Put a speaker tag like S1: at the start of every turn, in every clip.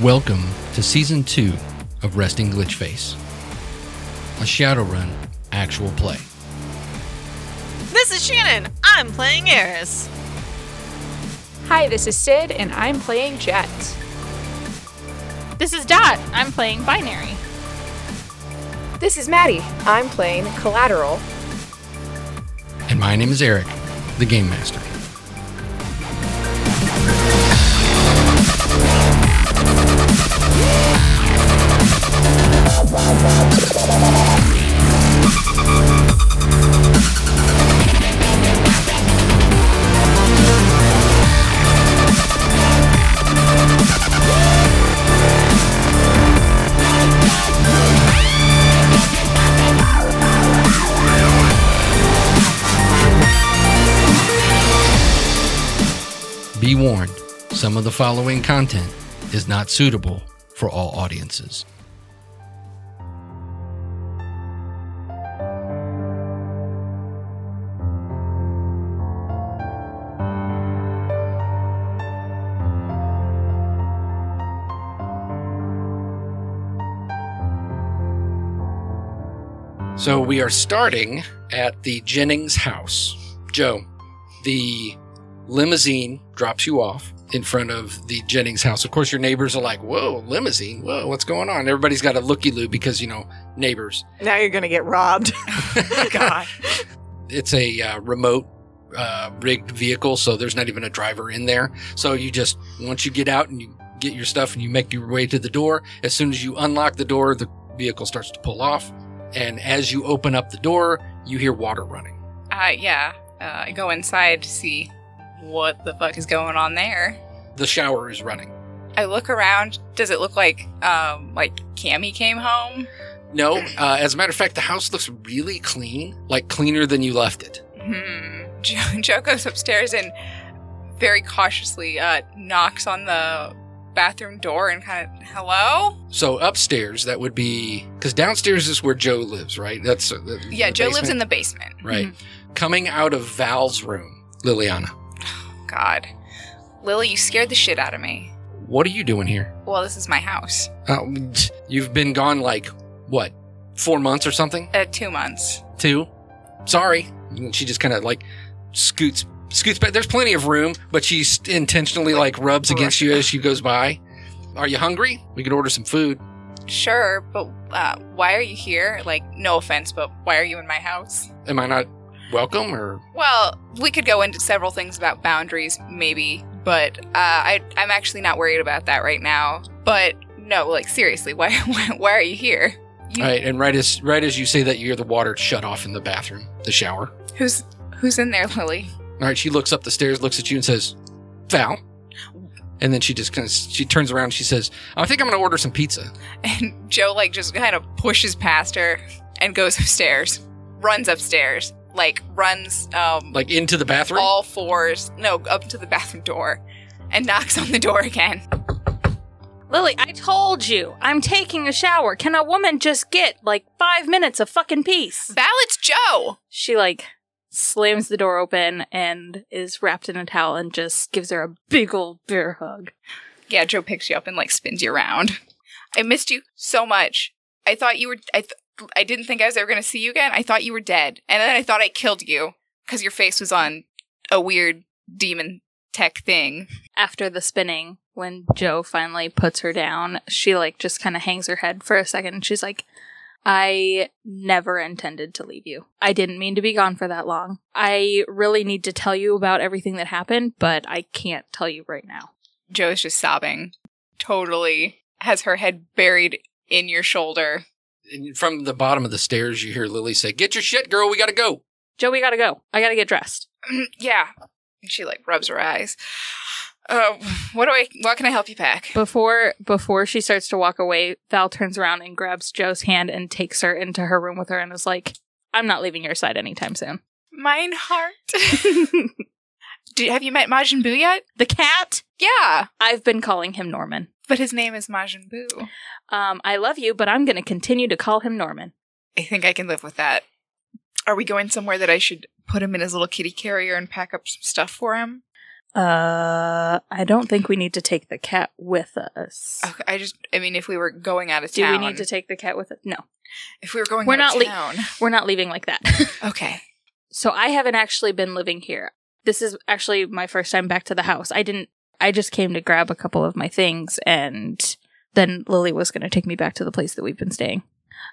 S1: Welcome to season two of Resting Glitch Face, a Shadowrun actual play.
S2: This is Shannon. I'm playing Eris.
S3: Hi, this is Sid, and I'm playing Jet.
S4: This is Dot. I'm playing Binary.
S3: This is Maddie. I'm playing Collateral.
S1: And my name is Eric, the Game Master. Be warned, some of the following content is not suitable for all audiences. So we are starting at the Jennings house. Joe, the limousine drops you off in front of the Jennings house. Of course, your neighbors are like, "Whoa, limousine! Whoa, what's going on?" Everybody's got a looky loo because you know neighbors.
S2: Now you're gonna get robbed. God.
S1: It's a uh, remote uh, rigged vehicle, so there's not even a driver in there. So you just once you get out and you get your stuff and you make your way to the door. As soon as you unlock the door, the vehicle starts to pull off, and as you open up the door, you hear water running.
S4: Uh, yeah. Uh, I go inside to see what the fuck is going on there.
S1: The shower is running.
S4: I look around. Does it look like, um, like Cammy came home?
S1: No, uh, as a matter of fact, the house looks really clean, like cleaner than you left it.
S4: Hmm. Jo- Joe goes upstairs and very cautiously uh, knocks on the bathroom door and kind of, hello?
S1: So upstairs, that would be because downstairs is where Joe lives, right? That's uh, the,
S4: Yeah,
S1: the
S4: Joe lives in
S1: basement,
S4: the basement. Mm-hmm.
S1: right. Coming out of Val's room, Liliana.
S4: God. Lily, you scared the shit out of me.
S1: What are you doing here?
S4: Well, this is my house.
S1: Uh, you've been gone like what, four months or something?
S4: Uh, two months.
S1: Two. Sorry. And she just kind of like scoots, scoots back. There's plenty of room, but she s- intentionally like rubs against you as she goes by. Are you hungry? We could order some food.
S4: Sure, but uh, why are you here? Like, no offense, but why are you in my house?
S1: Am I not welcome or
S4: Well, we could go into several things about boundaries, maybe, but uh, I, I'm actually not worried about that right now. But no, like seriously, why why, why are you here? You,
S1: All right, and right as right as you say that, you hear the water shut off in the bathroom, the shower.
S4: Who's who's in there, Lily?
S1: All right, she looks up the stairs, looks at you, and says, "Val," and then she just kind of she turns around, and she says, "I think I'm going to order some pizza."
S4: And Joe like just kind of pushes past her and goes upstairs, runs upstairs, like runs um
S1: Like into the bathroom.
S4: all fours, no, up to the bathroom door, and knocks on the door again.
S5: Lily, I told you, I'm taking a shower. Can a woman just get like five minutes of fucking peace?
S4: Val, it's Joe.
S5: She like slams the door open and is wrapped in a towel and just gives her a big old bear hug.
S4: Yeah, Joe picks you up and like spins you around. I missed you so much. I thought you were. I th- I didn't think I was ever going to see you again. I thought you were dead, and then I thought I killed you because your face was on a weird demon tech thing.
S5: After the spinning, when Joe finally puts her down, she like just kind of hangs her head for a second and she's like, I never intended to leave you. I didn't mean to be gone for that long. I really need to tell you about everything that happened, but I can't tell you right now.
S4: Joe is just sobbing, totally has her head buried in your shoulder.
S1: And from the bottom of the stairs, you hear Lily say, "Get your shit, girl. We got to go."
S5: Joe, we gotta go. I gotta get dressed.
S4: yeah, and she like rubs her eyes. Uh, what do I? What can I help you pack?
S5: Before before she starts to walk away, Val turns around and grabs Joe's hand and takes her into her room with her and is like, "I'm not leaving your side anytime soon."
S4: Mine heart. Do, have you met Majin Buu yet?
S5: The cat.
S4: Yeah.
S5: I've been calling him Norman.
S4: But his name is Majin Buu.
S5: Um, I love you, but I'm going to continue to call him Norman.
S4: I think I can live with that. Are we going somewhere that I should put him in his little kitty carrier and pack up some stuff for him?
S5: Uh, I don't think we need to take the cat with us.
S4: Okay, I just, I mean, if we were going out of
S5: Do
S4: town,
S5: we need to take the cat with us? No,
S4: If we were going,
S5: We're
S4: out
S5: not
S4: of
S5: le-
S4: town.
S5: we're not leaving like that.
S4: okay.
S5: so I haven't actually been living here. This is actually my first time back to the house. I didn't. I just came to grab a couple of my things, and then Lily was going to take me back to the place that we've been staying.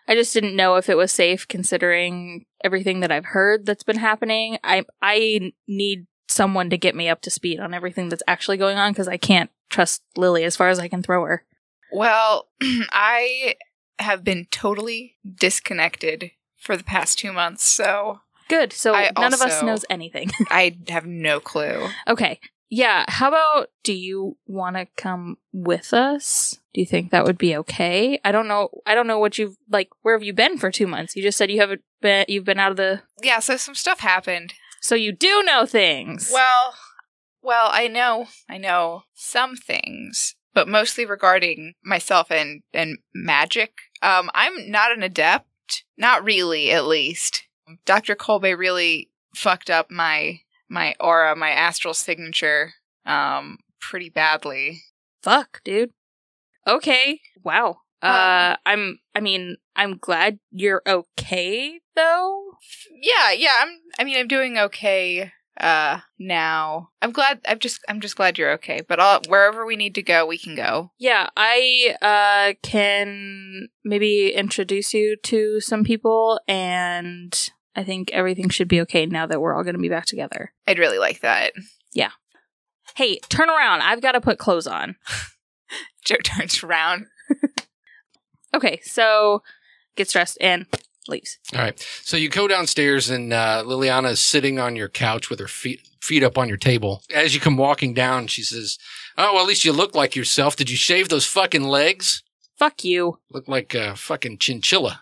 S5: I just didn't know if it was safe, considering everything that I've heard that's been happening. I I need someone to get me up to speed on everything that's actually going on because I can't trust Lily as far as I can throw her.
S4: Well, I have been totally disconnected for the past two months, so
S5: Good. So
S4: I
S5: none of us
S4: also-
S5: knows anything.
S4: I have no clue.
S5: okay. Yeah. How about do you want to come with us? Do you think that would be okay? I don't know. I don't know what you've like. Where have you been for two months? You just said you haven't been. You've been out of the.
S4: Yeah, so some stuff happened.
S5: So you do know things.
S4: Well, well, I know, I know some things, but mostly regarding myself and and magic. Um, I'm not an adept, not really, at least. Dr. Kolbe really fucked up my my aura, my astral signature, um, pretty badly.
S5: fuck, dude. Okay. Wow. Uh,
S4: Um,
S5: I'm. I mean, I'm glad you're okay though.
S4: Yeah, yeah. I'm. I mean, I'm doing okay uh now i'm glad i'm just i'm just glad you're okay but I'll, wherever we need to go we can go
S5: Yeah, I uh, can maybe introduce you to some people, and I think everything should be okay now that we're all going to be back together.
S4: i'd really like that
S5: Hey, turn around. I've got to put clothes on.
S4: joe turns around
S5: Okay, so gets dressed and leaves.
S1: All right. So you go downstairs, and uh, Liliana is sitting on your couch with her feet feet up on your table. As you come walking down, she says, "Oh, well, at least you look like yourself. Did you shave those fucking legs?
S5: Fuck you.
S1: Look like a fucking chinchilla."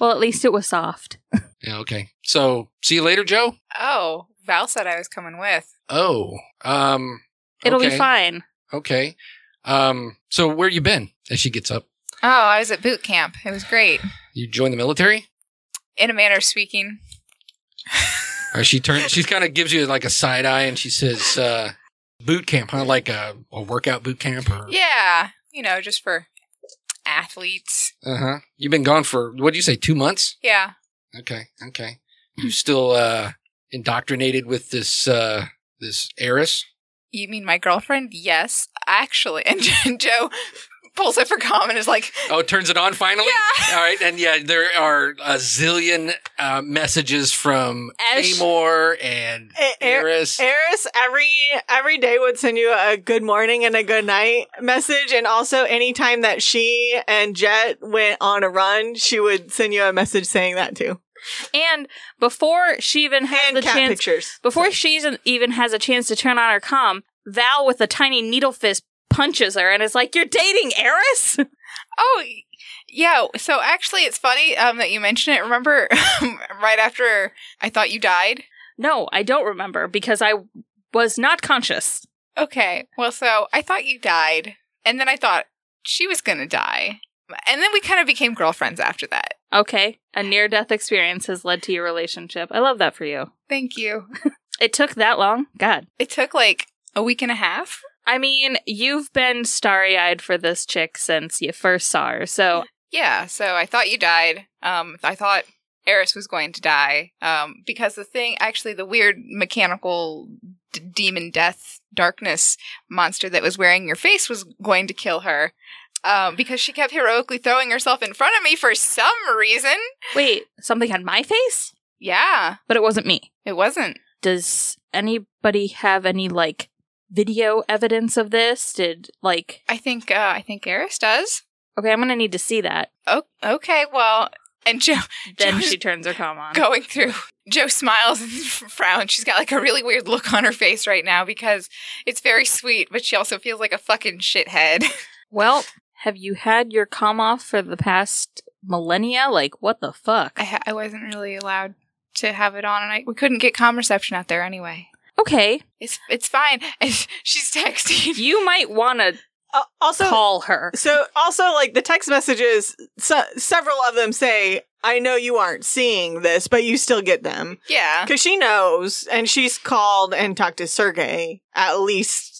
S5: Well, at least it was soft.
S1: Yeah, okay. So see you later, Joe.
S4: Oh, Val said I was coming with.
S1: Oh, um,
S5: It'll
S1: okay.
S5: be fine.
S1: Okay. Um, so where you been? As she gets up,
S4: Oh, I was at boot camp. It was great.
S1: you join the military.
S4: In a manner of speaking.
S1: Or she turns. She kind of gives you like a side eye, and she says, uh, "Boot camp, huh? Like a, a workout boot camp, or
S4: Yeah, you know, just for athletes.
S1: Uh huh. You've been gone for what do you say? Two months?
S4: Yeah.
S1: Okay. Okay. You still uh, indoctrinated with this uh, this heiress?
S4: You mean my girlfriend? Yes, actually. And Joe pulls up her comm and is like,
S1: Oh, it turns it on finally.
S4: Yeah.
S1: All right, and yeah, there are a zillion uh, messages from
S5: Ash-
S1: Amor and
S6: A- Air-
S1: Eris.
S6: Eris every every day would send you a good morning and a good night message, and also anytime that she and Jet went on a run, she would send you a message saying that too,
S5: And before she even has
S6: and
S5: the
S6: cat
S5: chance,
S6: pictures.
S5: before she even has a chance to turn on her comm, Val with a tiny needle fist punches her and is like, "You're dating Eris."
S4: "Oh, yeah." So actually, it's funny um, that you mention it. Remember, um, right after I thought you died.
S5: No, I don't remember because I was not conscious.
S4: Okay. Well, so I thought you died, and then I thought she was gonna die, and then we kind of became girlfriends after that.
S5: Okay. A near death experience has led to your relationship. I love that for you.
S4: Thank you.
S5: It took that long? God.
S4: It took like a week and a half.
S5: I mean, you've been starry eyed for this chick since you first saw her. So,
S4: Yeah, so I thought you died. Um, I thought Eris was going to die. Um, because the thing, actually, the weird mechanical d- demon death darkness monster that was wearing your face was going to kill her. Um, because she kept heroically throwing herself in front of me for some reason.
S5: wait, something on my face?
S4: Yeah,
S5: But it wasn't me.
S4: it wasn't.
S5: Does anybody have any, like, video evidence of this? Did, like,
S4: I think. Uh, I think Eris does.
S5: okay, I'm going to need to see that.
S4: Oh, okay. Well, and Joe
S5: Then
S4: Just
S5: she turns her comm on.
S4: going through. Joe smiles and frowns. She's got like a really weird look on her face right now because it's very sweet, but she also feels like a fucking shithead.
S5: Well, have you had your comm off for the past millennia? Like, what the fuck?
S4: I, ha- I wasn't really allowed to have it on, and I we couldn't get comm reception out there anyway.
S5: Okay,
S4: It's it's fine. And she's texting.
S5: you might want to
S6: Uh, also,
S5: Call her.
S6: so also like the text messages, so, several of them say, "I know you aren't seeing this, but you still get them."
S4: Yeah.
S6: Because she knows, and she's called and talked to Sergey at least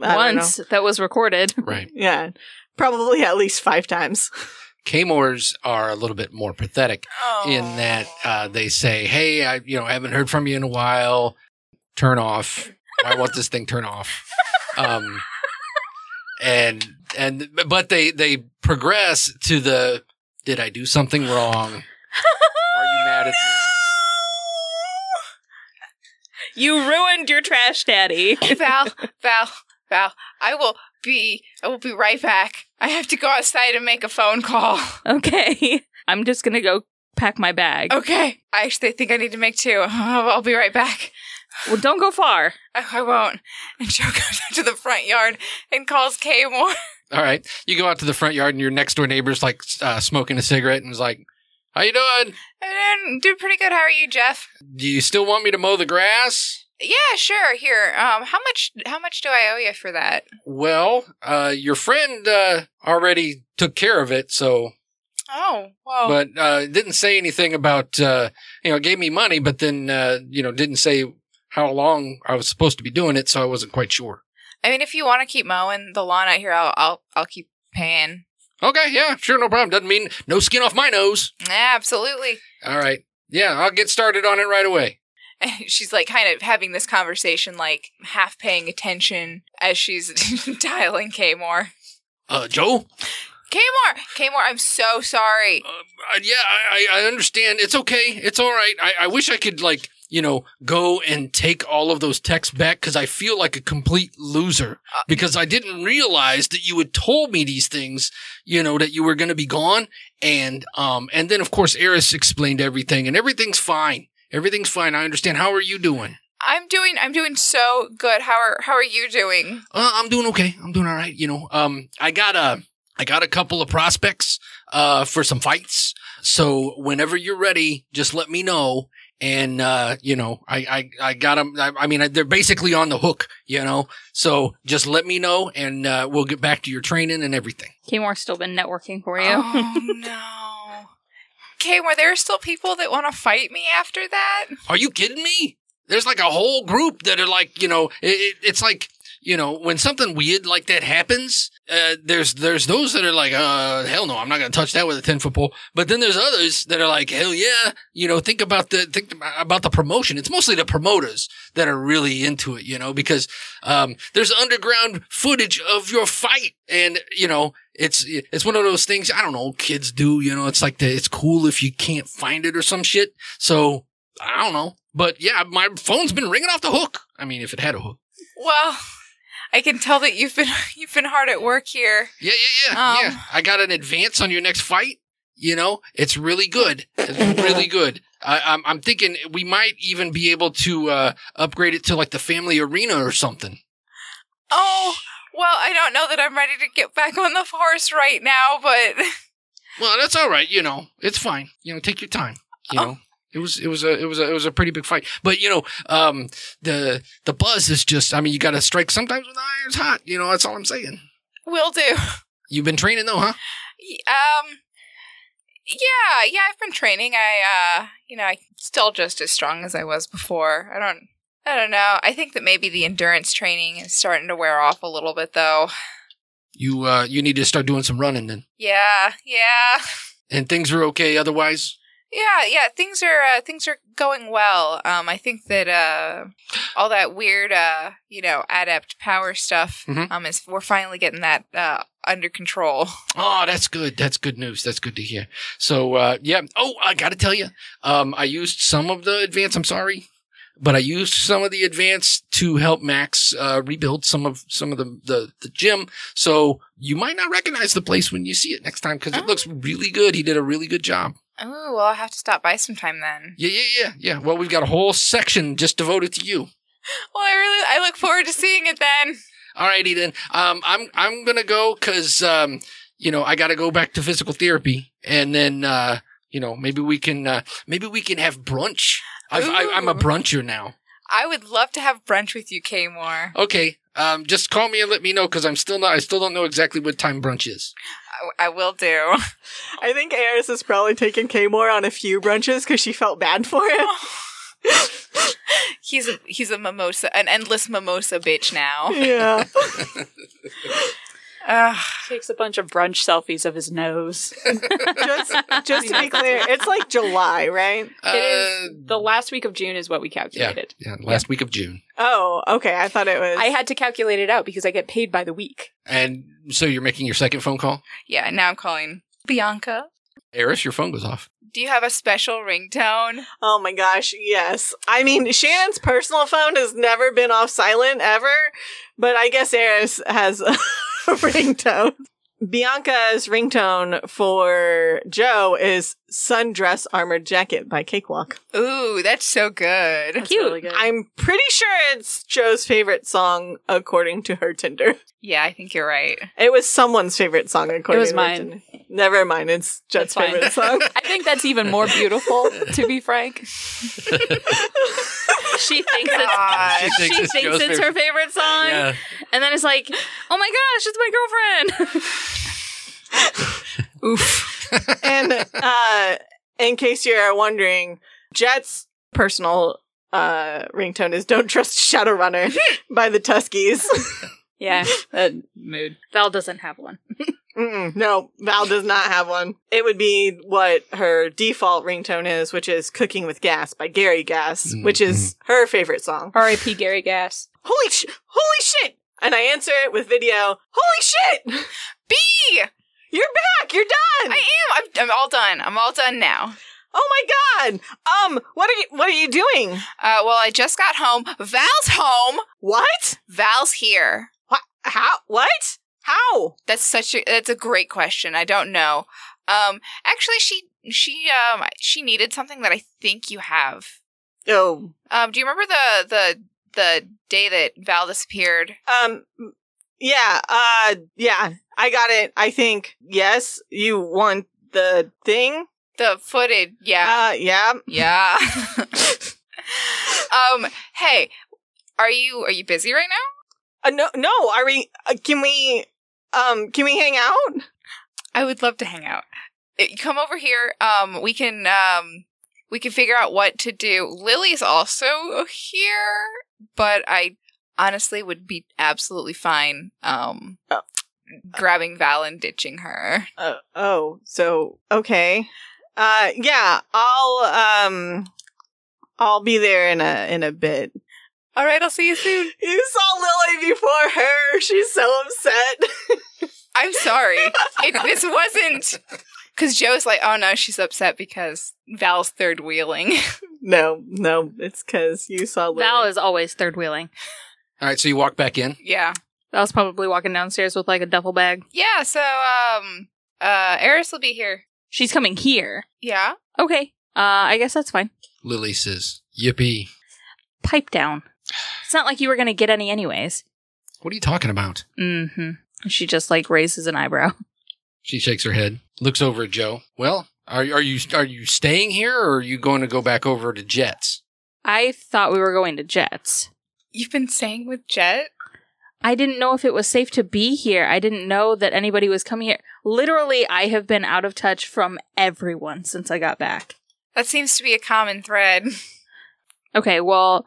S6: I don't know.
S5: Once that was recorded.
S1: Right.
S6: Yeah, probably at least five times.
S1: K-mores are a little bit more pathetic in that uh, they say, "Hey, I you know I haven't heard from you in a while. Turn off. I want this thing turn off." Um, and and but they they progress to the did I do something wrong? Are you mad at me?
S5: You ruined your trash daddy.
S4: Val, Val, Val, I will be I will be right back. I have to go outside and make a phone call.
S5: Okay. I'm just going to go pack my bag.
S7: Oh.
S4: Okay. I actually think I need to make two. I'll, I'll be right back.
S5: Well, don't go far.
S4: I, I won't. And Joe goes out to the front yard and calls Kay Moore.
S1: All right, you go out to the front yard and your next door neighbor's like uh, smoking a cigarette and is like, "How you doing?
S4: And did pretty good. How are you, Jeff?
S1: Do you still want me to mow the grass?"
S4: Yeah, sure. Here. Um how much how much do I owe you for that?
S1: Well, uh, your friend uh, already took care of it, so
S4: Oh, whoa.
S1: but uh, it didn't say anything about uh, you know gave me money, but then uh, you know didn't say how long I was supposed to be doing it, so I wasn't quite sure.
S4: I mean, if you want to keep mowing the lawn out here, I'll I'll, I'll keep paying.
S1: Okay, yeah, sure, no problem. Doesn't mean no skin off my nose.
S4: Yeah, absolutely.
S1: All right, yeah, I'll get started on it right away.
S4: And she's like kind of having this conversation, like half paying attention as she's dialing Kay Moore.
S1: Uh, Joe,
S4: Kay Moore, Kay Moore, I'm so sorry.
S1: uh, yeah, I, I I understand. It's okay. It's all right. I, I wish I could like you know go and take all of those texts back because I feel like a complete loser
S4: Uh,
S1: because I didn't realize that you had told me these things. You know that you were going to be gone, and um, and then of course Eris explained everything, and everything's fine. Everything's fine. I understand. How are you doing?
S4: I'm doing I'm doing so good. How are how are you doing?
S1: Uh, I'm doing okay. I'm doing all right. You know, um, I got a, I got a couple of prospects, uh, for some fights. So whenever you're ready, just let me know. And, uh, you know, I, I, I got them. I, I mean, I, they're basically on the hook, you know, so just let me know and, uh, we'll get back to your training and everything.
S5: Kmart still been networking for you.
S4: Oh no. Kay Moore, there are still people that want to fight me after that.
S1: Are you kidding me? There's like a whole group that are like, you know, it, it, it's like, you know, when something weird like that happens, uh, there's there's those that are like, uh, hell no, I'm not gonna touch that with a ten foot pole. But then there's others that are like, hell yeah, you know, think about the think about the promotion. It's mostly the promoters that are really into it, you know, because um, there's underground footage of your fight, and you know, it's it's one of those things. I don't know, kids do, you know, it's like the, it's cool if you can't find it or some shit. So I don't know. But yeah, my phone's been ringing off the hook. I mean, if it had a hook.
S4: Well, I can tell that you've been you've been hard at work here.
S1: Yeah, yeah, yeah.
S4: Um.
S1: yeah. I got an advance on your next fight. You know, it's really good. It's really good. I, I'm, I'm thinking we might even be able to uh, upgrade it to like the family arena or something.
S4: Oh, well, I don't know that I'm ready to get back on the horse right now, but
S1: Well, that's all right. You know, it's fine. You know, take your time. You know, it was it was a it was a it was a pretty big fight. But you know, um, the the buzz is just. I mean, you got to strike sometimes when the iron's hot. You know, that's all I'm saying.
S4: will do.
S1: You've been training though, huh?
S4: Um yeah, yeah, I've been training. I uh, you know, I'm still just as strong as I was before. I don't I don't know. I think that maybe the endurance training is starting to wear off a little bit though.
S1: You uh, you need to start doing some running then.
S4: Yeah, yeah.
S1: and things were okay otherwise.
S4: Yeah, yeah, things are uh, things are going well. Um, I think that uh, all that weird, uh, you know, adept power stuff.
S1: Mhm.
S4: Um, is we're finally getting that uh, under control.
S1: Oh, that's good. That's good news. That's good to hear. So, uh, yeah. Oh, I got to tell you, um, I used some of the advance. I'm sorry, but I used some of the advance to help Max uh, rebuild some of some of the, the the gym. So you might not recognize the place when you see it next time because it
S4: Oh.
S1: looks really good. He did a really good job.
S4: Oh, well, I'll have to stop by sometime then.
S1: Yeah, yeah, yeah, yeah. Well, we've got a whole section just devoted to you.
S4: Well, I really I look forward to seeing it then.
S1: All righty then. Um, I'm I'm gonna go because um, you know, I gotta go back to physical therapy, and then uh, you know, maybe we can uh, maybe we can have brunch. I've, I, I'm a
S4: Ooh.
S1: bruncher now.
S4: I would love to have brunch with you, K Moore.
S1: Okay, Um, just call me and let me know because I'm still not. I still don't know exactly what time brunch is.
S4: I, I will do.
S6: I think Eris has probably taken Kmore on a few brunches because she felt bad for him.
S4: he's a he's a mimosa, an endless mimosa bitch
S7: Oh.
S4: now.
S6: yeah.
S4: Ugh.
S7: Takes a bunch of brunch selfies of his nose.
S6: Just just to be clear, it's like July, right?
S7: It is the last week of June is what we calculated.
S1: Uh, yeah, last week of June,
S6: Oh, okay. I thought it was
S7: I had to calculate it out because I get paid by the week.
S1: and so you're making your second phone call.
S4: yeah. Now I'm calling Bianca.
S1: Eris, your phone goes off.
S4: Do you have a special ringtone?
S6: Oh my gosh, yes. I mean, Shannon's personal phone has never been off silent ever, but I guess Eris has a ringtone. Bianca's ringtone for Joe is Sundress Armored Jacket by Cakewalk.
S4: Ooh, that's so good.
S7: That's really good.
S6: I'm pretty sure it's Joe's favorite song according to her Tinder.
S4: Yeah, I think you're right.
S6: It was someone's favorite song according
S7: It was
S6: to her
S7: mine.
S6: Tinder. Never mind, it's Jet's
S7: It's fine.
S6: favorite song.
S7: I think that's even more beautiful, to be frank.
S5: She thinks it's,
S4: God.
S5: she thinks it's,
S1: Joe's
S5: her favorite song,
S1: Yeah.
S5: and then it's like, oh my gosh, it's my girlfriend.
S6: and uh, in case you're wondering, Jet's personal uh, ringtone is "Don't Trust Shadowrunner" by the Tuskies.
S7: Yeah, that mood.
S5: Val doesn't have one.
S6: Mm-mm, no, Val does not have one. It would be what her default ringtone is, which is "Cooking with Gas" by Gary Gas, which is her favorite song.
S7: R.I.P. Gary Gass.
S6: Holy sh! Holy shit! And I answer it with video. Holy shit!
S4: B,
S6: You're back. You're
S4: I
S6: done.
S4: am. I'm, I'm all done. I'm all done now.
S6: oh my god. Um, what are you? What are you doing?
S4: Uh, well, I just got home. Val's home.
S6: What?
S4: Val's here.
S6: How? What? How?
S4: That's such a that's a great question. I don't know. Um, actually, she she um she needed something that I think you have.
S6: Oh,
S4: Um, do you remember the the the day that Val disappeared?
S6: Um, yeah, uh, yeah, I got it. I think, yes, you want the thing.
S4: The footed, yeah,
S6: Uh, yeah.
S4: yeah. um, hey, are you are you busy right now?
S6: Uh, no, no, are we, uh, can we, um, can we hang out?
S4: I would love to hang out. Uh, Come over here. Um, we can um we can figure out what to do. Lily's also here, but I honestly would be absolutely fine. Um.
S6: Oh.
S4: Grabbing Val and ditching her.
S6: Uh, oh, so, okay. Uh, yeah, I'll, um, I'll be there in a, in a bit.
S4: All right, I'll see you soon.
S6: You saw Lily before her. She's so upset.
S4: I'm sorry. It, this wasn't because Joe's like, oh no, she's upset because Val's third wheeling.
S6: no, no, it's cause you saw Lily.
S5: Val is always third wheeling.
S1: All right, so you walk back in.
S4: yeah,
S5: Val's probably walking downstairs with like a duffel bag.
S4: yeah. So, um, uh, Eris will be here.
S5: She's coming here.
S4: Yeah.
S5: Okay, uh, I guess that's fine.
S1: Lily says, "Yippee!
S5: Pipe down. It's not like you were gonna get any anyways.
S1: What are you talking about?"
S5: Mm-hmm. She just like raises an eyebrow.
S1: She shakes her head, looks over at Joe. Well, are are you are you staying here, or are you going to go back over to Jets?
S5: I thought we were going to Jets.
S4: You've been staying with Jet.
S5: I didn't know if it was safe to be here. I didn't know that anybody was coming here. Literally, I have been out of touch from everyone since I got back.
S4: That seems to be a common thread.
S5: Okay, well,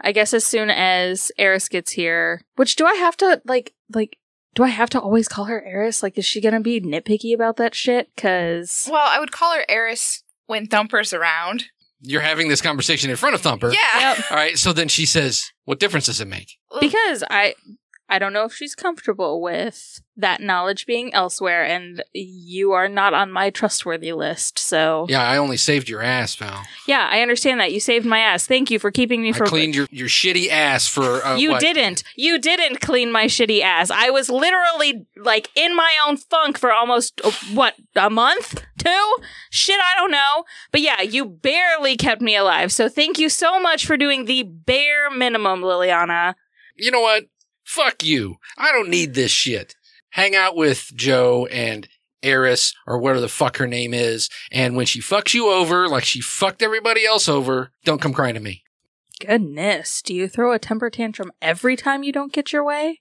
S5: I guess as soon as Eris gets here, which do I have to like like do I have to always call her Eris? Like is she going to be nitpicky about that shit cuz
S4: Well, I would call her Eris when Thumper's around.
S1: You're having this conversation in front of Thumper.
S4: Yeah.
S1: All right. So then she says, "What difference does it make?"
S5: because I I don't know if she's comfortable with that knowledge being elsewhere and you are not on my trustworthy list. So
S1: Yeah, I only saved your ass, Val.
S5: Yeah, I understand that. You saved my ass. Thank you for keeping me
S1: I
S5: from.
S1: cleaned your, your shitty ass for uh,
S5: you
S1: what?
S5: didn't. You didn't clean my shitty ass. I was literally like in my own funk for almost uh, what a month, two shit. I don't know, but yeah, you barely kept me alive. So thank you so much for doing the bare minimum, Liliana.
S1: you know what? Fuck you. I don't need this shit. Hang out with Joe and Eris or whatever the fuck her name is. And when she fucks you over, like she fucked everybody else over, don't come crying to me.
S5: Goodness, do you throw a temper tantrum every time you don't get your way?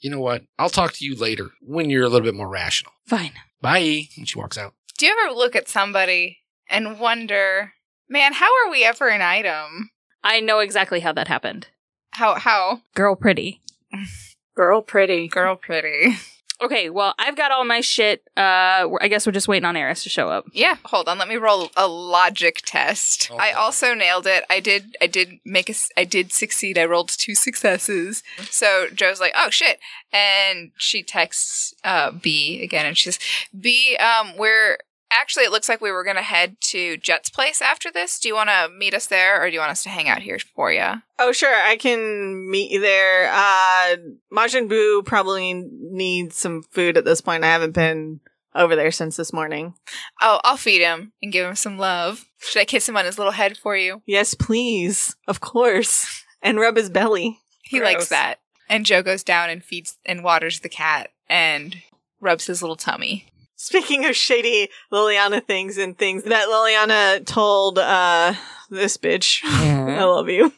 S1: You know what? I'll talk to you later when you're a little bit more rational.
S5: Fine.
S1: Bye. And she walks out.
S4: Do you ever look at somebody and wonder, man, how are we ever an item?
S5: I know exactly how that happened.
S4: How how
S5: Girl pretty.
S7: Girl pretty.
S4: girl pretty?
S5: Okay, well, I've got all my shit. Uh, we're- I guess we're just waiting on Eris to show up.
S4: Yeah, hold on. Let me roll a logic test.
S1: Oh,
S4: I
S1: God.
S4: also nailed it. I did. I did make a. s- I did succeed. I rolled two successes.
S1: Mm-hmm.
S4: So Joe's like, "Oh shit!" And she texts uh, B again, and she's B. Um, we're actually. It looks like we were gonna head to Jet's place after this. Do you want to meet us there, or do you want us to hang out here for you?
S6: Oh, sure. I can meet you there. Uh, Majin Buu probably needs some food at this point. I haven't been over there since this morning.
S4: Oh, I'll feed him and give him some love. Should I kiss him on his little head for you?
S6: Yes, please. Of course. And rub his belly.
S4: He
S7: Gross.
S4: likes that. And Joe goes down and feeds and waters the cat and rubs his little tummy.
S6: Speaking of shady Liliana things and things that Liliana told uh this bitch.
S1: Mm-hmm.
S6: I love you.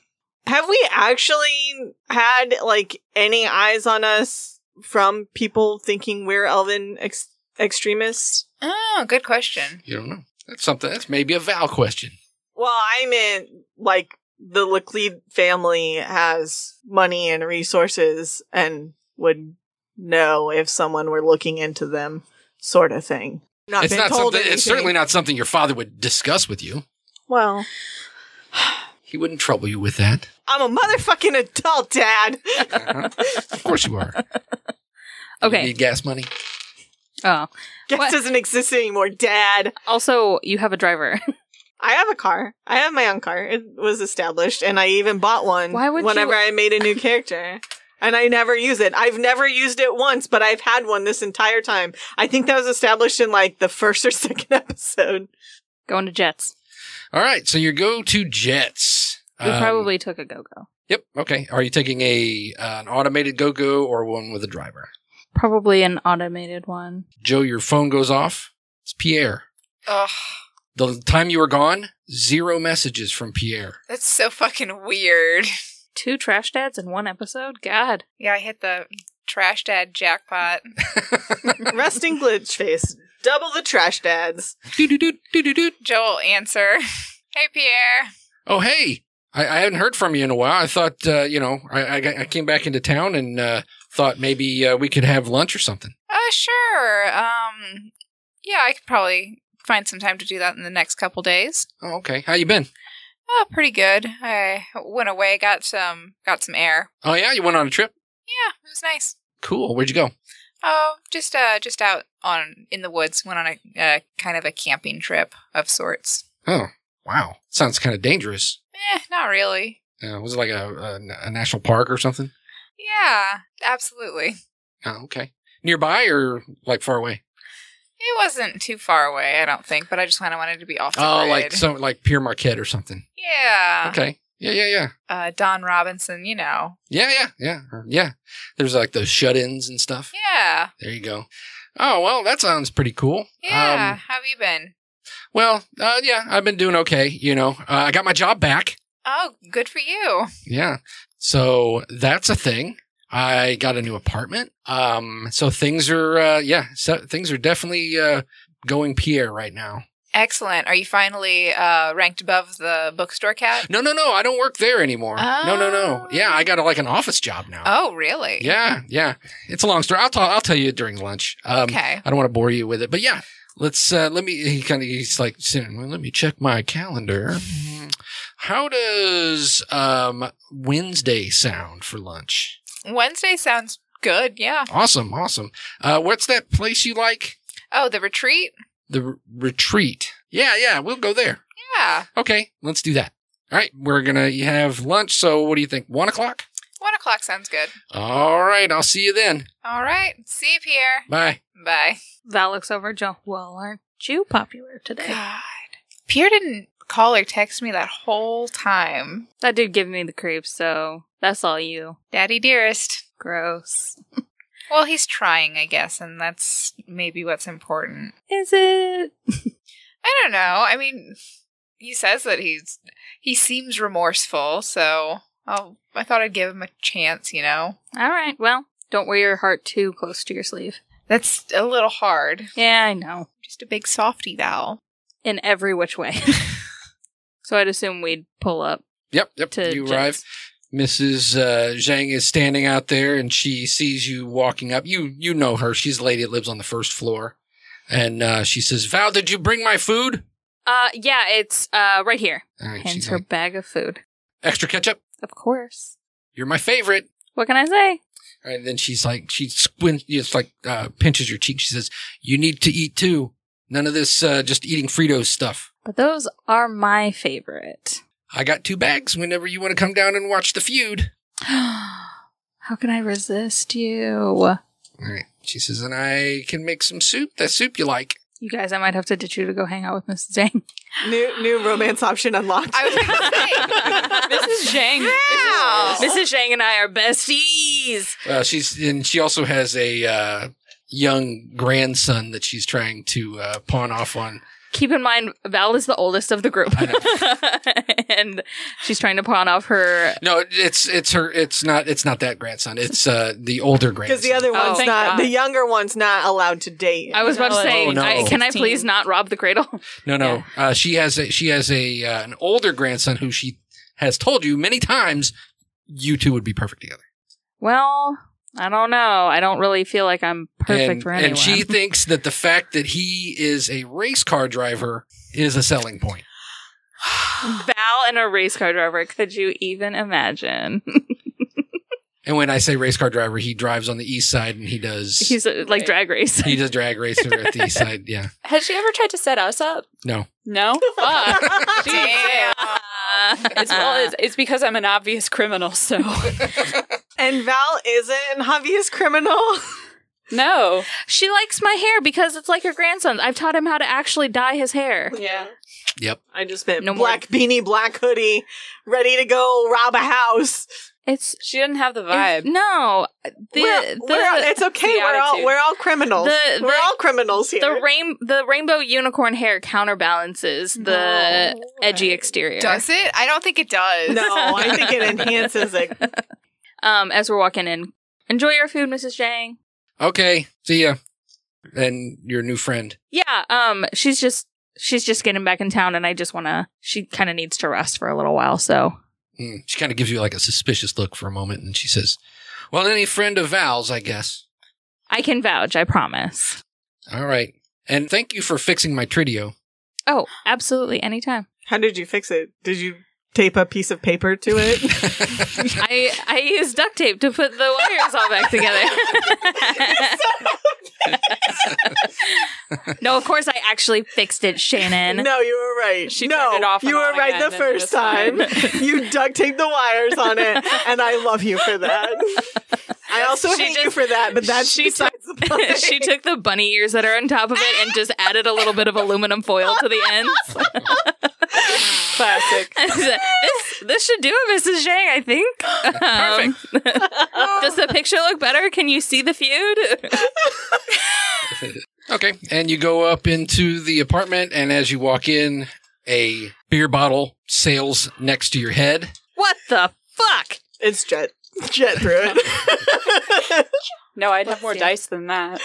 S6: Have we actually had like any eyes on us from people thinking we're elven ex- extremists?
S4: Oh, good question.
S1: You don't know. That's something. That's maybe a Val question.
S6: Well, I meant like the Laclede family has money and resources and would know if someone were looking into them, sort of thing. Not
S1: it's
S6: been
S1: not
S6: told
S1: something. It's
S6: anything.
S1: certainly not something your father would discuss with you.
S6: Well,
S1: He wouldn't trouble you with that.
S6: I'm a motherfucking adult, Dad.
S1: Uh-huh. of course you are.
S5: Okay.
S1: You need gas money.
S5: Oh,
S6: Guess
S5: What?
S6: doesn't exist anymore, Dad.
S5: also, you have a driver.
S6: I have a car. I have my own car. It was established, and I even bought one
S5: Why would you-
S6: whenever I made a new character. And I never use it. I've never used it once, but I've had one this entire time. I think that was established in like the first or second episode.
S5: Going to Jets.
S1: All right. So you go to Jets.
S5: We
S1: Um,
S5: probably took a go go.
S1: Yep. Okay. Are you taking a uh, an automated go go or one with a driver?
S5: Probably an automated one.
S1: Joe, your phone goes off. It's Pierre.
S4: Ugh,
S1: The time you were gone, zero messages from Pierre.
S4: that's so fucking weird.
S5: Two trash dads in one episode? God.
S4: Yeah, I hit the trash dad jackpot.
S6: Resting glitch face. Double the trash dads.
S1: Doo-doo-doo, doo-doo-doo.
S4: Joe will answer. Hey, Pierre.
S1: Oh, hey, I, I haven't heard from you in a while. I thought, uh, you know, I, I, got- I came back into town and uh, thought maybe uh, we could have lunch or something.
S4: Uh, sure. Um, yeah, I could probably find some time to do that in the next couple days.
S1: Oh, okay. How you been?
S4: Oh, pretty good. I went away, got some, got some air.
S1: Oh, yeah, you went on a trip.
S4: Yeah, it was nice.
S1: Cool. Where'd you go?
S4: Oh, just uh, just out on in the woods. Went on a uh, kind of a camping trip of sorts.
S1: Oh, wow. Sounds kind of dangerous.
S4: Eh, not really.
S1: Uh, was it like a, a, a national park or something?
S4: Yeah, absolutely.
S1: Oh, okay. Nearby or like far away?
S4: It wasn't too far away, I don't think, but I just kind of wanted to be off the
S1: Oh,
S4: grid.
S1: like some like Pierre Marquette or something.
S4: yeah.
S1: Okay. Yeah, yeah, yeah.
S4: Uh, Don Robinson, you know.
S1: Yeah, yeah, yeah, or- yeah. There's like those shut-ins and stuff.
S4: Yeah.
S1: There you go. Oh well, that sounds pretty cool.
S4: Yeah.
S1: Um,
S4: How have you been?
S1: well, uh, yeah, I've been doing okay. You know, uh, I got my job back.
S4: Oh, good for you.
S1: Yeah, so that's a thing. I got a new apartment. Um, so things are, uh, yeah, so things are definitely uh, going Pierre right now.
S4: Excellent. Are you finally uh, ranked above the bookstore cat?
S1: No, no, no, I don't work there anymore. No, no, no.
S4: Oh.
S1: Yeah, I got like an office job now.
S4: Oh, really?
S1: Yeah, yeah. It's a long story. I'll tell. I'll tell you during lunch. Um,
S4: Okay.
S1: I don't want to bore you with it, but yeah, let's uh, let me. He kind of he's like, sitting, well, let me check my calendar. How does um, Wednesday sound for lunch?
S4: Wednesday sounds good. Yeah.
S1: Awesome, awesome. Uh, what's that place you like?
S4: Oh, the retreat?
S1: The r- retreat. Yeah, yeah, we'll go there.
S4: Yeah.
S1: Okay, let's do that. All right, we're gonna have lunch. So, what do you think? One o'clock.
S4: One o'clock sounds good.
S1: All right, I'll see you then.
S4: All right. See you, Pierre.
S1: Bye.
S4: Bye.
S5: Val looks over Joe. Well, aren't you popular today?
S4: God. Pierre didn't call or text me that whole time.
S5: That did give me the creeps, so that's all you.
S4: Daddy dearest.
S5: Gross.
S4: Well, he's trying, I guess, and that's maybe what's important.
S5: Is it?
S4: I don't know. I mean, he says that he's he seems remorseful, so I'll, I thought I'd give him a chance, you know.
S5: All right. Well, don't wear your heart too close to your sleeve.
S4: That's a little hard.
S5: Yeah, I know.
S4: Just a big softy thou.
S5: In every which way. so I'd assume we'd pull up.
S1: Yep, yep.
S5: To
S1: you arrive.
S5: Jen's.
S1: Mrs. Uh, Zhang is standing out there, and she sees you walking up. You you know her. She's a lady that lives on the first floor, and uh, she says, "Val, did you bring my food?"
S5: Uh, yeah, it's uh right here.
S1: And
S5: Hands
S1: she's
S5: her
S1: like,
S5: bag of food.
S1: "Extra ketchup.
S5: Of course.
S1: You're my favorite."
S5: What can I say?
S1: And then she's like, she squints, it's like uh, pinches your cheek. She says, "You need to eat too. None of this uh, just eating Fritos stuff.
S5: But those are my favorite.
S1: I got two bags. Whenever you want to come down and watch the feud."
S5: How can I resist you?
S1: All right. She says, "And I can make some soup. That soup you like."
S5: You guys, I might have to ditch you to go hang out with Mrs. Zhang.
S6: New new romance option unlocked.
S4: I was
S5: Mrs. Zhang.
S4: Wow.
S5: Mrs. Zhang and I are besties.
S1: Uh, she's and she also has a uh, young grandson that she's trying to uh, pawn off on.
S5: Keep in mind, Val is the oldest of the group.
S1: I
S5: and she's trying to pawn off her.
S1: No, it's it's her. It's not. It's not that grandson. It's uh, the older grandson.
S6: Because the other
S5: Oh,
S6: one's
S5: thank
S6: not,
S5: God.
S6: the younger one's not allowed to date.
S5: I was about to say,
S1: Oh, no.
S5: I, can I
S7: 16.
S5: please not rob the cradle?
S1: no, no. Uh, she has a she has a uh, an older grandson who she has told you many times you two would be perfect together.
S5: Well, I don't know. I don't really feel like I'm perfect
S1: and,
S5: for anyone.
S1: and she thinks that the fact that he is a race car driver is a selling point.
S5: Val and a race car driver. Could you even imagine?
S1: And when I say race car driver, he drives on the east side and he does
S5: He's uh, like drag race.
S1: he does drag racer at the east side. Yeah.
S7: Has she ever tried to set us up?
S1: No.
S7: No. Fuck. Damn. It's, well, it's, it's because I'm an obvious criminal, so
S6: and Val isn't an obvious criminal.
S7: no.
S5: She likes my hair because it's like her grandson's. I've taught him how to actually dye his hair.
S7: Yeah.
S1: Yep.
S6: I just meant
S5: No more-
S6: black beanie, black hoodie, ready to go rob a house.
S5: It's
S7: She didn't have the
S5: it-
S7: vibe.
S5: no the
S6: we're,
S5: the,
S6: we're all- it's okay.
S7: the
S6: We're all
S7: attitude.
S6: we're all criminals.
S5: The-
S6: we're
S5: the-
S6: all criminals here.
S5: the rain the rainbow unicorn hair counterbalances the edgy exterior.
S4: Does it? I don't think it does.
S6: no, I think it enhances it.
S5: Um, as we're walking in, enjoy your food, Mrs. Zhang.
S1: Okay. See ya. And your new friend.
S5: Yeah. Um, she's just she's just getting back in town, and I just wanna. She kind of needs to rest for a little while, so.
S1: Mm, She kind of gives you like a suspicious look for a moment and she says, Well, any friend of Val's, I guess.
S5: I can vouch, I promise.
S1: All right. And thank you for fixing my Tridio.
S5: Oh, absolutely, anytime.
S6: How did you fix it? Did you tape a piece of paper to it?
S5: I I used duct tape to put the wires all back together. no, of course I actually fixed it, Shannon.
S6: no, you were right.
S7: She
S6: no,
S7: turned it off and
S6: you were
S7: on
S6: right
S7: again,
S6: the
S7: and it
S6: first
S7: was fine.
S6: time. you duct taped the wires on it, and I love you for that. I also
S5: She
S6: hate
S5: just-
S6: you for that, but that's
S5: she
S6: besides the point.
S5: she took the bunny ears that are on top of it and just added a little bit of aluminum foil to the ends.
S6: classic.
S5: this, this should do it, Mrs. Zhang, I think. Perfect. does the picture look better? Can you see the feud?
S1: okay. And you go up into the apartment, and as you walk in, a beer bottle sails next to your head.
S5: What the fuck?
S6: It's jet. Jet through it.
S7: No, I'd have more dice than that.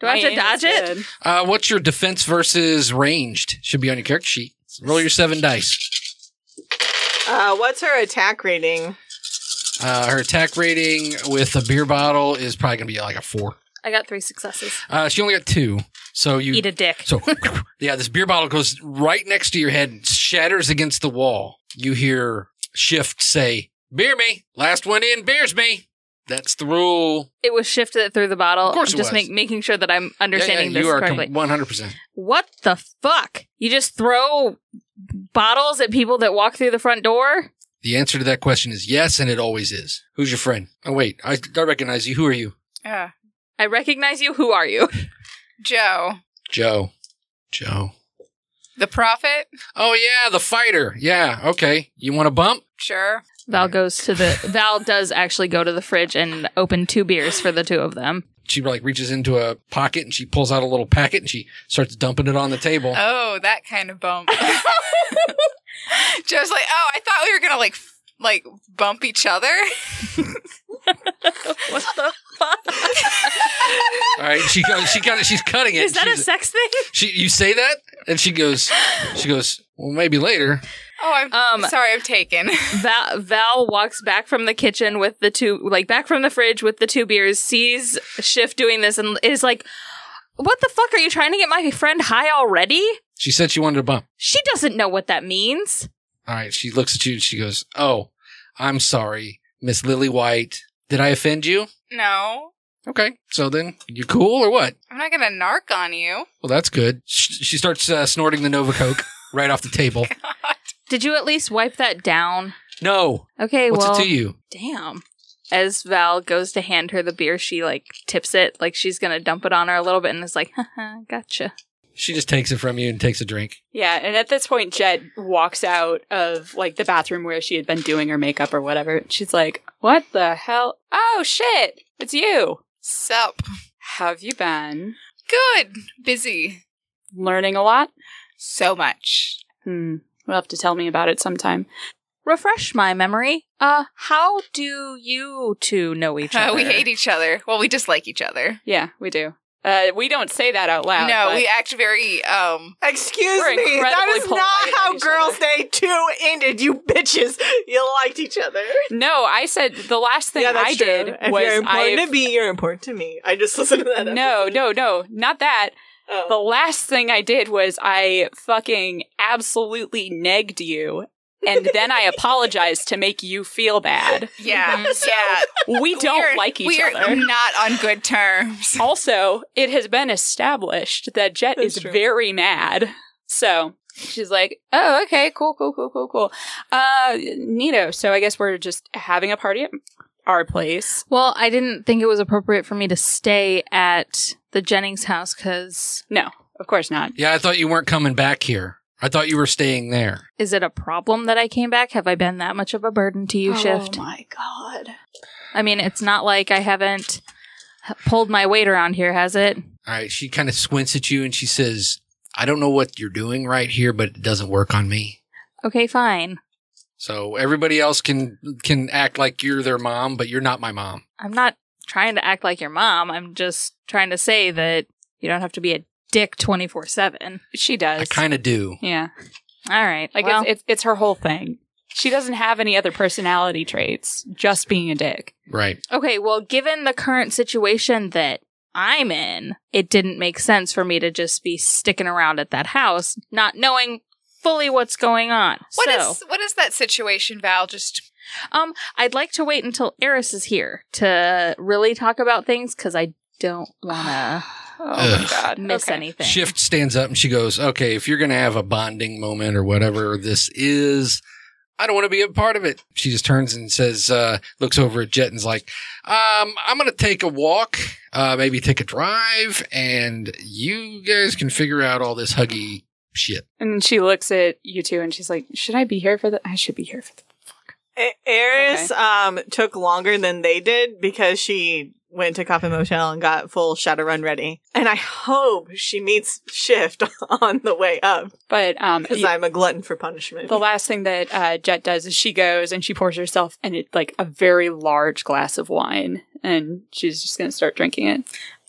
S5: Do I have to dodge it?
S1: Uh, what's your defense versus ranged? Should be on your character sheet. Roll your seven dice.
S6: uh, what's her attack rating?
S1: Uh, her attack rating with a beer bottle is probably going to be like a four.
S5: I got three successes.
S1: Uh, she only got two. So you
S5: Eat a dick.
S1: So, yeah, this beer bottle goes right next to your head and shatters against the wall. You hear Shift say, Beer me. Last one in beers me. That's the rule.
S5: It was shifted through the bottle.
S1: Of course it
S5: just
S1: was.
S5: make, making sure that I'm
S1: Yeah,
S5: understanding
S1: yeah, you
S5: this
S1: are
S5: correctly.
S1: com- 100%.
S5: what the fuck? You just throw bottles at people that walk through the front door?
S1: The answer to that question is yes, and it always is. Who's your friend? Oh, wait. I, I recognize you. Who are you?
S4: Yeah.
S5: I recognize you. Who are you?
S4: Joe,
S1: Joe. Joe.
S4: the prophet.
S1: Oh, yeah, the fighter. Yeah, okay. You want a bump?
S4: Sure.
S5: Val goes to the Val does actually go to the fridge and open two beers for the two of them.
S1: she like reaches into a pocket and she pulls out a little packet and she starts dumping it on the table.
S4: Oh, that kind of bump. Joe's like, oh, I thought we were gonna like f- like bump each other.
S5: What the fuck?
S1: All right, she goes. She kind of she's cutting it.
S5: Is that a
S1: She's-
S5: sex thing?
S1: she? You say that, and she goes. She goes. Well, maybe later.
S4: Oh, I'm
S5: Um,
S4: sorry, I'm taken.
S5: Val, Val walks back from the kitchen with the two, like back from the fridge with the two beers, sees Schiff doing this and is like, What the fuck? Are you trying to get my friend high already?
S1: She said she wanted a bump.
S5: She doesn't know what that means.
S1: All right. She looks at you and she goes, "Oh, I'm sorry, Miss Lily White. Did I offend you?
S4: no,
S1: Okay. So then you cool or what?
S4: I'm not gonna narc on you.
S1: Well, that's good. Sh- She starts uh, snorting the Nova Coke right off the table.
S5: Did you at least wipe that down?
S1: No.
S5: Okay,
S1: What's
S5: well,
S1: it to you?
S5: damn. As Val goes to hand her the beer, she like tips it, like she's gonna dump it on her a little bit, and is like, Haha, "Gotcha."
S1: She just takes it from you and takes a drink.
S7: Yeah, and at this point, Jed walks out of like the bathroom where she had been doing her makeup or whatever. She's like, "What the hell? Oh shit, it's you!
S4: Sup?
S7: How have you been?
S4: Good. Busy.
S7: Learning a lot?
S4: So much.
S7: Hmm. You'll have to tell me about it sometime.
S5: Refresh my memory. Uh, how do you two know each
S4: Uh,
S5: other?
S4: we hate each other. Well, we dislike each other.
S7: Yeah, we do. Uh, we don't say that out loud.
S4: no,
S7: but-
S4: we act very um
S6: Excuse
S7: We're
S6: me. That
S7: incredibly
S6: is
S7: polite
S6: not
S7: at
S6: how
S7: each
S6: Girls' Day 2 ended, you bitches. You liked each other.
S7: No, I said the last thing
S6: yeah, that's
S7: I
S6: true.
S7: did
S6: If
S7: was
S6: you're important
S7: I.
S6: to me, you're important to me. I just listened to that.
S7: No, no, no, not that.
S6: episode.
S7: The
S6: Oh.
S7: last thing I did was I fucking absolutely negged you, and then I apologized to make you feel bad.
S4: yeah, yeah.
S7: We don't
S4: We're-
S7: like each
S4: we're
S7: other.
S4: not on good terms.
S7: Also, it has been established that Jet
S6: That's
S7: is
S6: true.
S7: very mad. So she's like, "Oh, okay, cool, cool, cool, cool, cool." Uh, Nito. So I guess we're just having a party at our place.
S5: Well, I didn't think it was appropriate for me to stay at the Jennings house because
S7: No, of course not.
S1: Yeah, I thought you weren't coming back here. I thought you were staying there.
S5: is it a problem that I came back? Have I been that much of a burden to you, Shift?
S7: Oh my god.
S5: I mean, it's not like I haven't h- pulled my weight around here, has it?
S1: All right. She kind of squints at you and she says, I don't know what you're doing right here, but it doesn't work on me.
S5: Okay, fine.
S1: So everybody else can can act like you're their mom, but you're not my mom.
S5: I'm not trying to act like your mom. I'm just trying to say that you don't have to be a dick 24 7.
S7: She does.
S1: I kind of do.
S7: yeah.
S5: All right.
S7: Like
S5: well,
S7: it's, it's it's her whole thing. She doesn't have any other personality traits, just being a dick.
S1: Right.
S5: okay, well, given the current situation that I'm in, it didn't make sense for me to just be sticking around at that house, not knowing fully what's going on.
S4: What is
S5: so,
S4: what is that situation, Val? Just
S5: Um, I'd like to wait until Eris is here to really talk about things because I don't want
S7: Oh
S1: Ugh.
S7: my god.
S5: to miss
S7: Okay.
S5: anything.
S1: Shift stands up and she goes, Okay, if you're going to have a bonding moment or whatever this is, I don't want to be a part of it. She just turns and says, uh, looks over at Jet and's like, um, I'm going to take a walk, uh, maybe take a drive, and you guys can figure out all this huggy shit.
S7: And she looks at you two and she's like, Should I be here for the I should be here for the
S6: A- Eris um, took longer than they did because she went to Coffin Motel and got full Shadowrun ready. And I hope she meets Shift on the way up
S7: but um
S6: because I'm a glutton for punishment.
S7: the last thing that uh, Jet does is she goes and she pours herself and it like a very large glass of wine and she's just gonna start drinking it.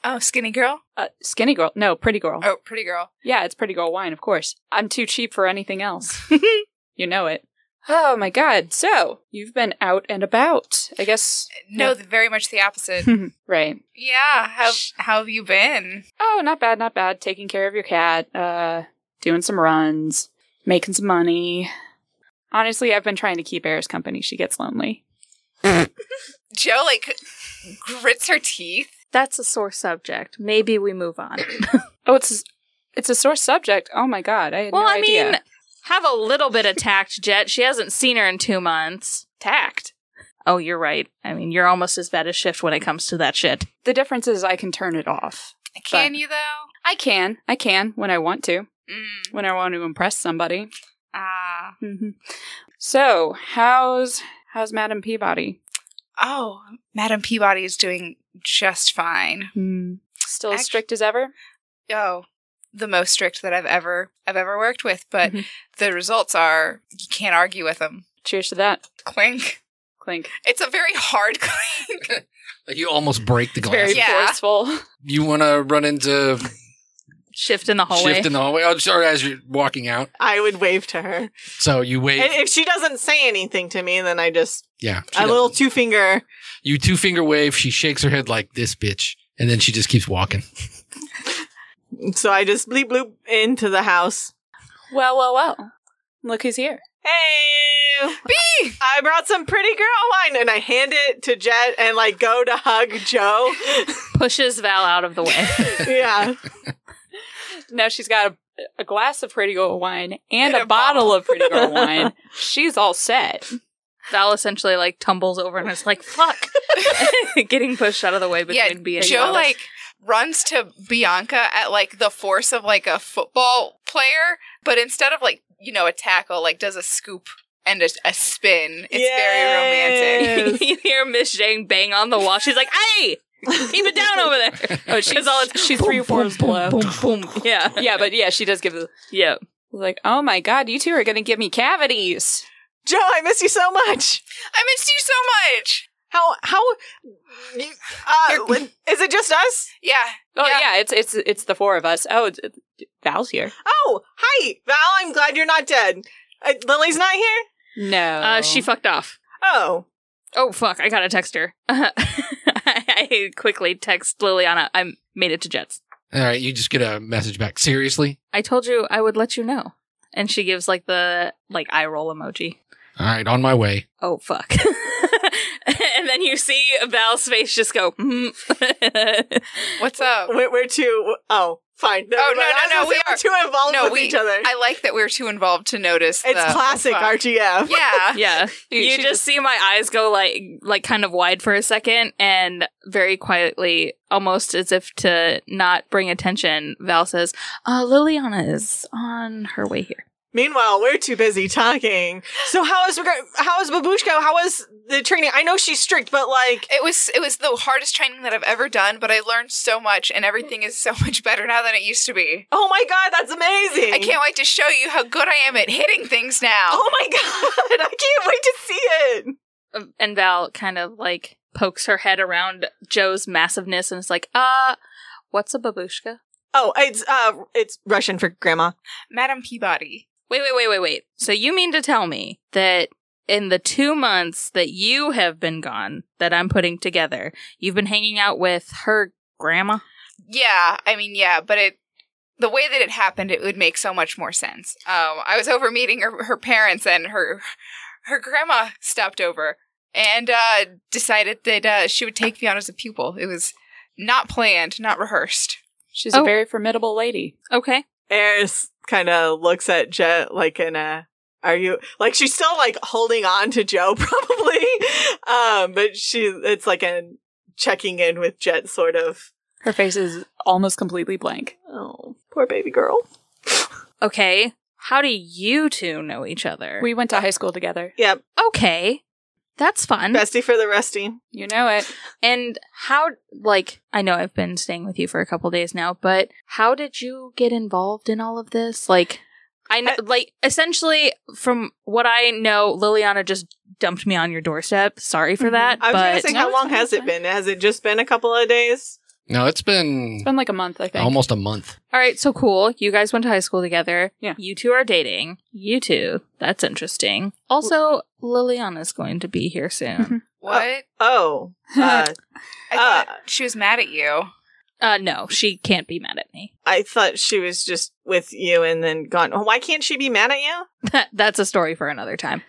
S4: oh, skinny girl.
S7: Uh, skinny girl, no, pretty girl.
S4: Oh, pretty girl.
S7: Yeah, it's pretty girl wine, of course. I'm too cheap for anything else. you know it. Oh my god. So, you've been out and about. I guess.
S4: No,
S7: Yeah.
S4: th- very much the opposite.
S7: right.
S4: yeah. How how have you been?
S7: Oh, not bad, not bad. Taking care of your cat, uh, doing some runs, making some money. Honestly, I've been trying to keep Eris company. She gets lonely.
S4: Joe like grits her teeth.
S5: That's a sore subject. Maybe we move on.
S7: Oh, it's it's a sore subject. Oh my god. I had
S5: well,
S7: no
S5: I mean,
S7: idea.
S5: have a little bit of tact, Jet. She hasn't seen her in two months. Tact. Oh, you're right. I mean, you're almost as bad as Shift when it comes to that shit.
S7: the difference is I can turn it off.
S4: Can you though?
S7: I can. I can when I want to.
S4: Mm,
S7: When I want to impress somebody.
S4: ah.
S7: Mhm. So, how's how's Madam Peabody?
S4: Oh, Madam Peabody is doing just fine.
S7: Hmm, Still as
S4: Act-
S7: strict as ever.
S4: Oh, the most strict that I've ever I've ever worked with, but
S7: Mhm.
S4: the results are you can't argue with them.
S7: Cheers to that.
S4: Clink.
S7: Clink.
S4: It's a very hard clink.
S1: Like you almost break the glass.
S7: Very
S4: Yeah.
S7: forceful.
S1: You want to run into
S5: Shift in the hallway.
S1: shift in the hallway, oh, sorry, as you're walking out.
S6: I would wave to her. And
S1: So you wait.
S6: if she doesn't say anything to me, then I just
S1: yeah,
S6: a little two finger.
S1: You two finger wave. She shakes her head like this bitch, and then she just keeps walking.
S6: So I just bleep bloop into the house.
S7: Well, well, well. Look who's here.
S6: Hey, B, I brought some pretty girl wine, and I hand it to Jet and like go to hug Joe.
S5: Pushes Val out of the way.
S6: yeah,
S7: Now she's got a, a glass of pretty girl wine
S4: And
S7: and, a,
S4: a
S7: bottle of pretty girl wine. She's all set.
S5: Val essentially like tumbles over and is like, fuck. Getting pushed out of the way between
S4: yeah,
S5: B and
S4: Joe
S5: Val.
S4: like runs to Bianca at like the force of like a football player, but instead of like you know a tackle, like does a scoop and a, a spin. It's very romantic.
S6: Yes.
S5: you hear Miss Jane bang on the wall. She's like, hey, keep it down over there.
S7: Oh, she's all she's three or four below.
S5: boom, boom. Yeah.
S7: Yeah, but yeah, she does give the
S5: Yeah.
S7: like, oh my god, you two are gonna give me cavities.
S6: Joe, I miss you so much.
S4: I missed you so much.
S6: How how you, uh, when- is it just us?
S4: Yeah,
S7: Oh
S4: Yeah.
S7: yeah, it's it's it's the four of us. Oh, it's, Val's here.
S6: Oh, hi, Val. I'm glad you're not dead. Uh, Lily's not here.
S7: No,
S5: Uh, she fucked off.
S6: Oh,
S5: Oh, fuck. I gotta text her. I quickly text Liliana. I made it to Jets.
S1: All right, you just get a message back. Seriously?
S5: I told you I would let you know. And she gives like the like eye roll emoji.
S1: All right, on my way.
S5: oh fuck and then you see val's face just go mm.
S4: what's up?
S6: we're, we're too. Oh, fine. Never
S4: Oh, no,
S6: mind. I
S4: no,
S6: was gonna
S4: no, we
S6: say we're too involved
S4: No,
S6: with
S4: we-
S6: each other.
S4: I like that we're too involved to notice.
S6: it's
S4: the-
S6: classic
S4: fuck.
S6: RGF.
S4: Yeah.
S5: yeah
S7: She-
S5: you
S7: she
S5: just, see my eyes go like like kind of wide for a second and very quietly almost as if to not bring attention val says uh, liliana is on her way here
S6: Meanwhile, we're too busy talking. So how is reg- how is Babushka? How was the training? I know she's strict, but like
S4: It was it was the hardest training that I've ever done, but I learned so much, and everything is so much better now than it used to be.
S6: Oh my god, that's amazing!
S4: I can't wait to show you how good I am at hitting things now.
S6: Oh my god, I can't wait to see it.
S5: Uh, and val kind of like pokes her head around joe's massiveness and is like uh what's a babushka
S6: Oh, it's uh, it's Russian for grandma.
S4: Madam Peabody.
S5: Wait, wait, wait, wait, wait. So you mean to tell me that in the two months that you have been gone, that I'm putting together, you've been hanging out with her grandma?
S4: Yeah, I mean, yeah, but it the way that it happened, it would make so much more sense. Um, I was over meeting her, her parents, and her her grandma stopped over and uh, decided that uh, she would take me on as a pupil. It was not planned, not rehearsed.
S7: she's
S5: Oh.
S7: a very formidable lady.
S5: Okay.
S6: Eris kind of looks at Jet like in a, are you like she's still like holding on to Joe probably, um, but she it's like a checking in with Jet sort of.
S7: Her face is almost completely blank.
S6: Oh, poor baby girl.
S5: Okay. How do you two know each other?
S7: We went to high school together.
S6: Yep,
S5: okay. That's fun.
S6: bestie for the resty.
S7: You know it.
S5: and how, like, I know I've been staying with you for a couple days now, but how did you get involved in all of this? Like, I know,
S6: I-
S5: like, essentially, from what I know, Liliana just dumped me on your doorstep. Sorry for
S7: Mhm.
S5: that.
S6: Mm-hmm. I was
S5: but
S6: gonna say,
S7: No,
S6: how
S7: it's
S6: long
S7: fine,
S6: has
S7: it's
S6: it
S7: fine.
S6: been? Has it just been a couple of days?
S1: No, it's been
S7: It's been like a month, I think.
S1: almost a month.
S5: All right, so cool. You guys went to high school together.
S7: Yeah.
S5: You two are dating. You two. That's interesting. Also, Liliana's going to be here
S6: Mm-hmm.
S5: soon.
S4: What?
S6: Oh, uh,
S4: I thought she was mad at you.
S5: uh, no, she can't be mad at me.
S6: I thought she was just with you and then gone. Oh, Why can't she be mad at you?
S5: That's a story for another time.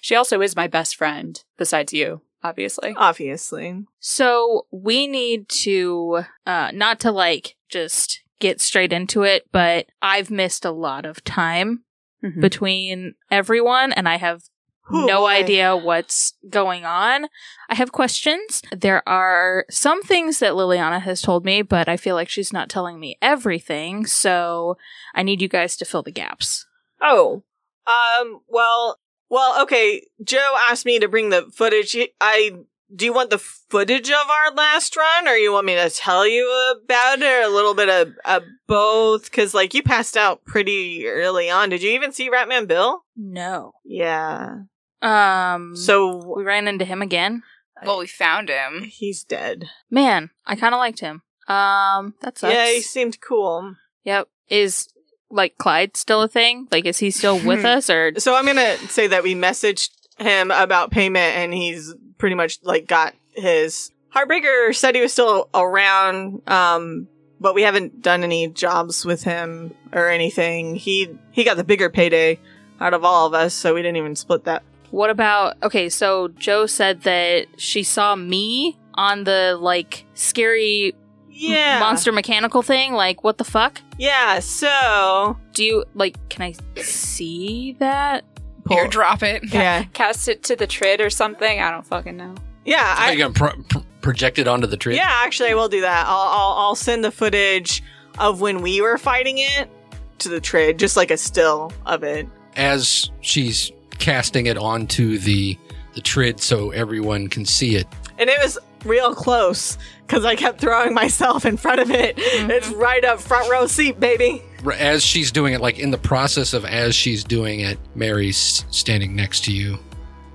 S7: She also is my best friend, besides you, obviously.
S6: Obviously.
S5: So we need to, uh, not to like just get straight into it, but I've missed a lot of time
S7: Mhm.
S5: between everyone, and I have
S6: Whew,
S5: no
S6: boy.
S5: idea what's going on. I have questions. There are some things that Liliana has told me, but I feel like she's not telling me everything, so I need you guys to fill the gaps.
S6: Oh, um. Well, well. Okay. Joe asked me to bring the footage. He- I do you want the footage of our last run or you want me to tell you about it or a little bit of, of both because like you passed out pretty early on did you even see ratman bill
S5: No.
S6: yeah
S7: Mm.
S5: Um.
S6: so
S5: we ran into him again.
S4: Well, we found him.
S6: he's dead
S5: Man, I kind of liked him. Um. That sucks.
S6: yeah he seemed cool
S5: Yep. Is like Clyde still a thing? Like, is he still with us or?
S6: so i'm gonna say that we messaged him about payment and he's pretty much like got his heartbreaker said he was still around um but we haven't done any jobs with him or anything he he got the bigger payday out of all of us so we didn't even split that
S5: What about? Okay, so Joe said that she saw me on the like scary
S6: yeah
S5: monster mechanical thing. Like, what the fuck?
S6: yeah so
S5: Do you like? Can I see that?
S4: Here, drop it.
S6: yeah
S7: Cast it to the trid or something. I don't fucking know.
S6: yeah
S1: Are
S6: I,
S1: you gonna pro- pro- project it onto the tree?
S6: yeah actually i will do that I'll, I'll i'll send the footage of when we were fighting it to the trade just like a still of it
S1: As she's casting it onto the the trid, so everyone can see it.
S6: and it was real close because I kept throwing myself in front of it. It's right up front row seat, baby.
S1: R- As she's doing it, like in the process of as she's doing it, Mary's standing next to you.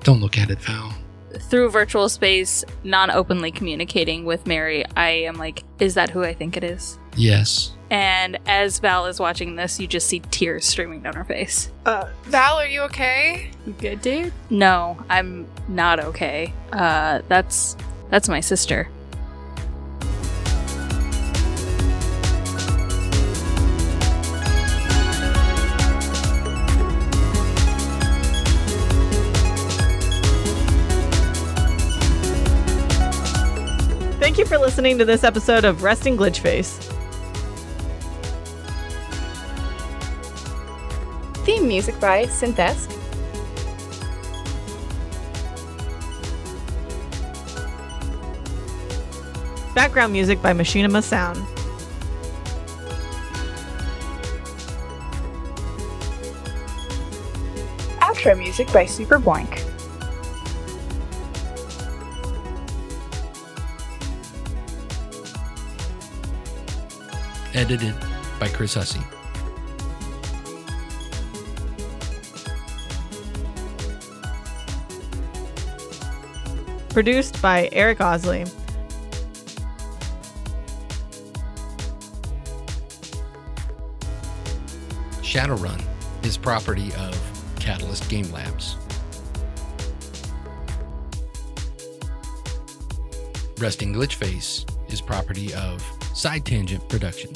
S1: Don't look at it, Val.
S5: Through virtual space, non openly communicating with Mary, I am like, is that who I think it is?
S1: Yes.
S5: And as Val is watching this, you just see tears streaming down her face.
S6: Uh,
S4: Val, are you okay?
S7: You good, dude?
S5: No, I'm not okay. Uh, that's that's my sister.
S6: thank you for listening to this episode of Resting Glitchface.
S3: Theme music by Synthesk.
S6: Background music by Machinima Sound.
S3: Outro music by Super Blank.
S1: Edited by Chris Hussey.
S6: Produced by Eric Osley.
S1: Shadowrun is property of Catalyst Game Labs. Resting Glitch Face is property of Side Tangent Production.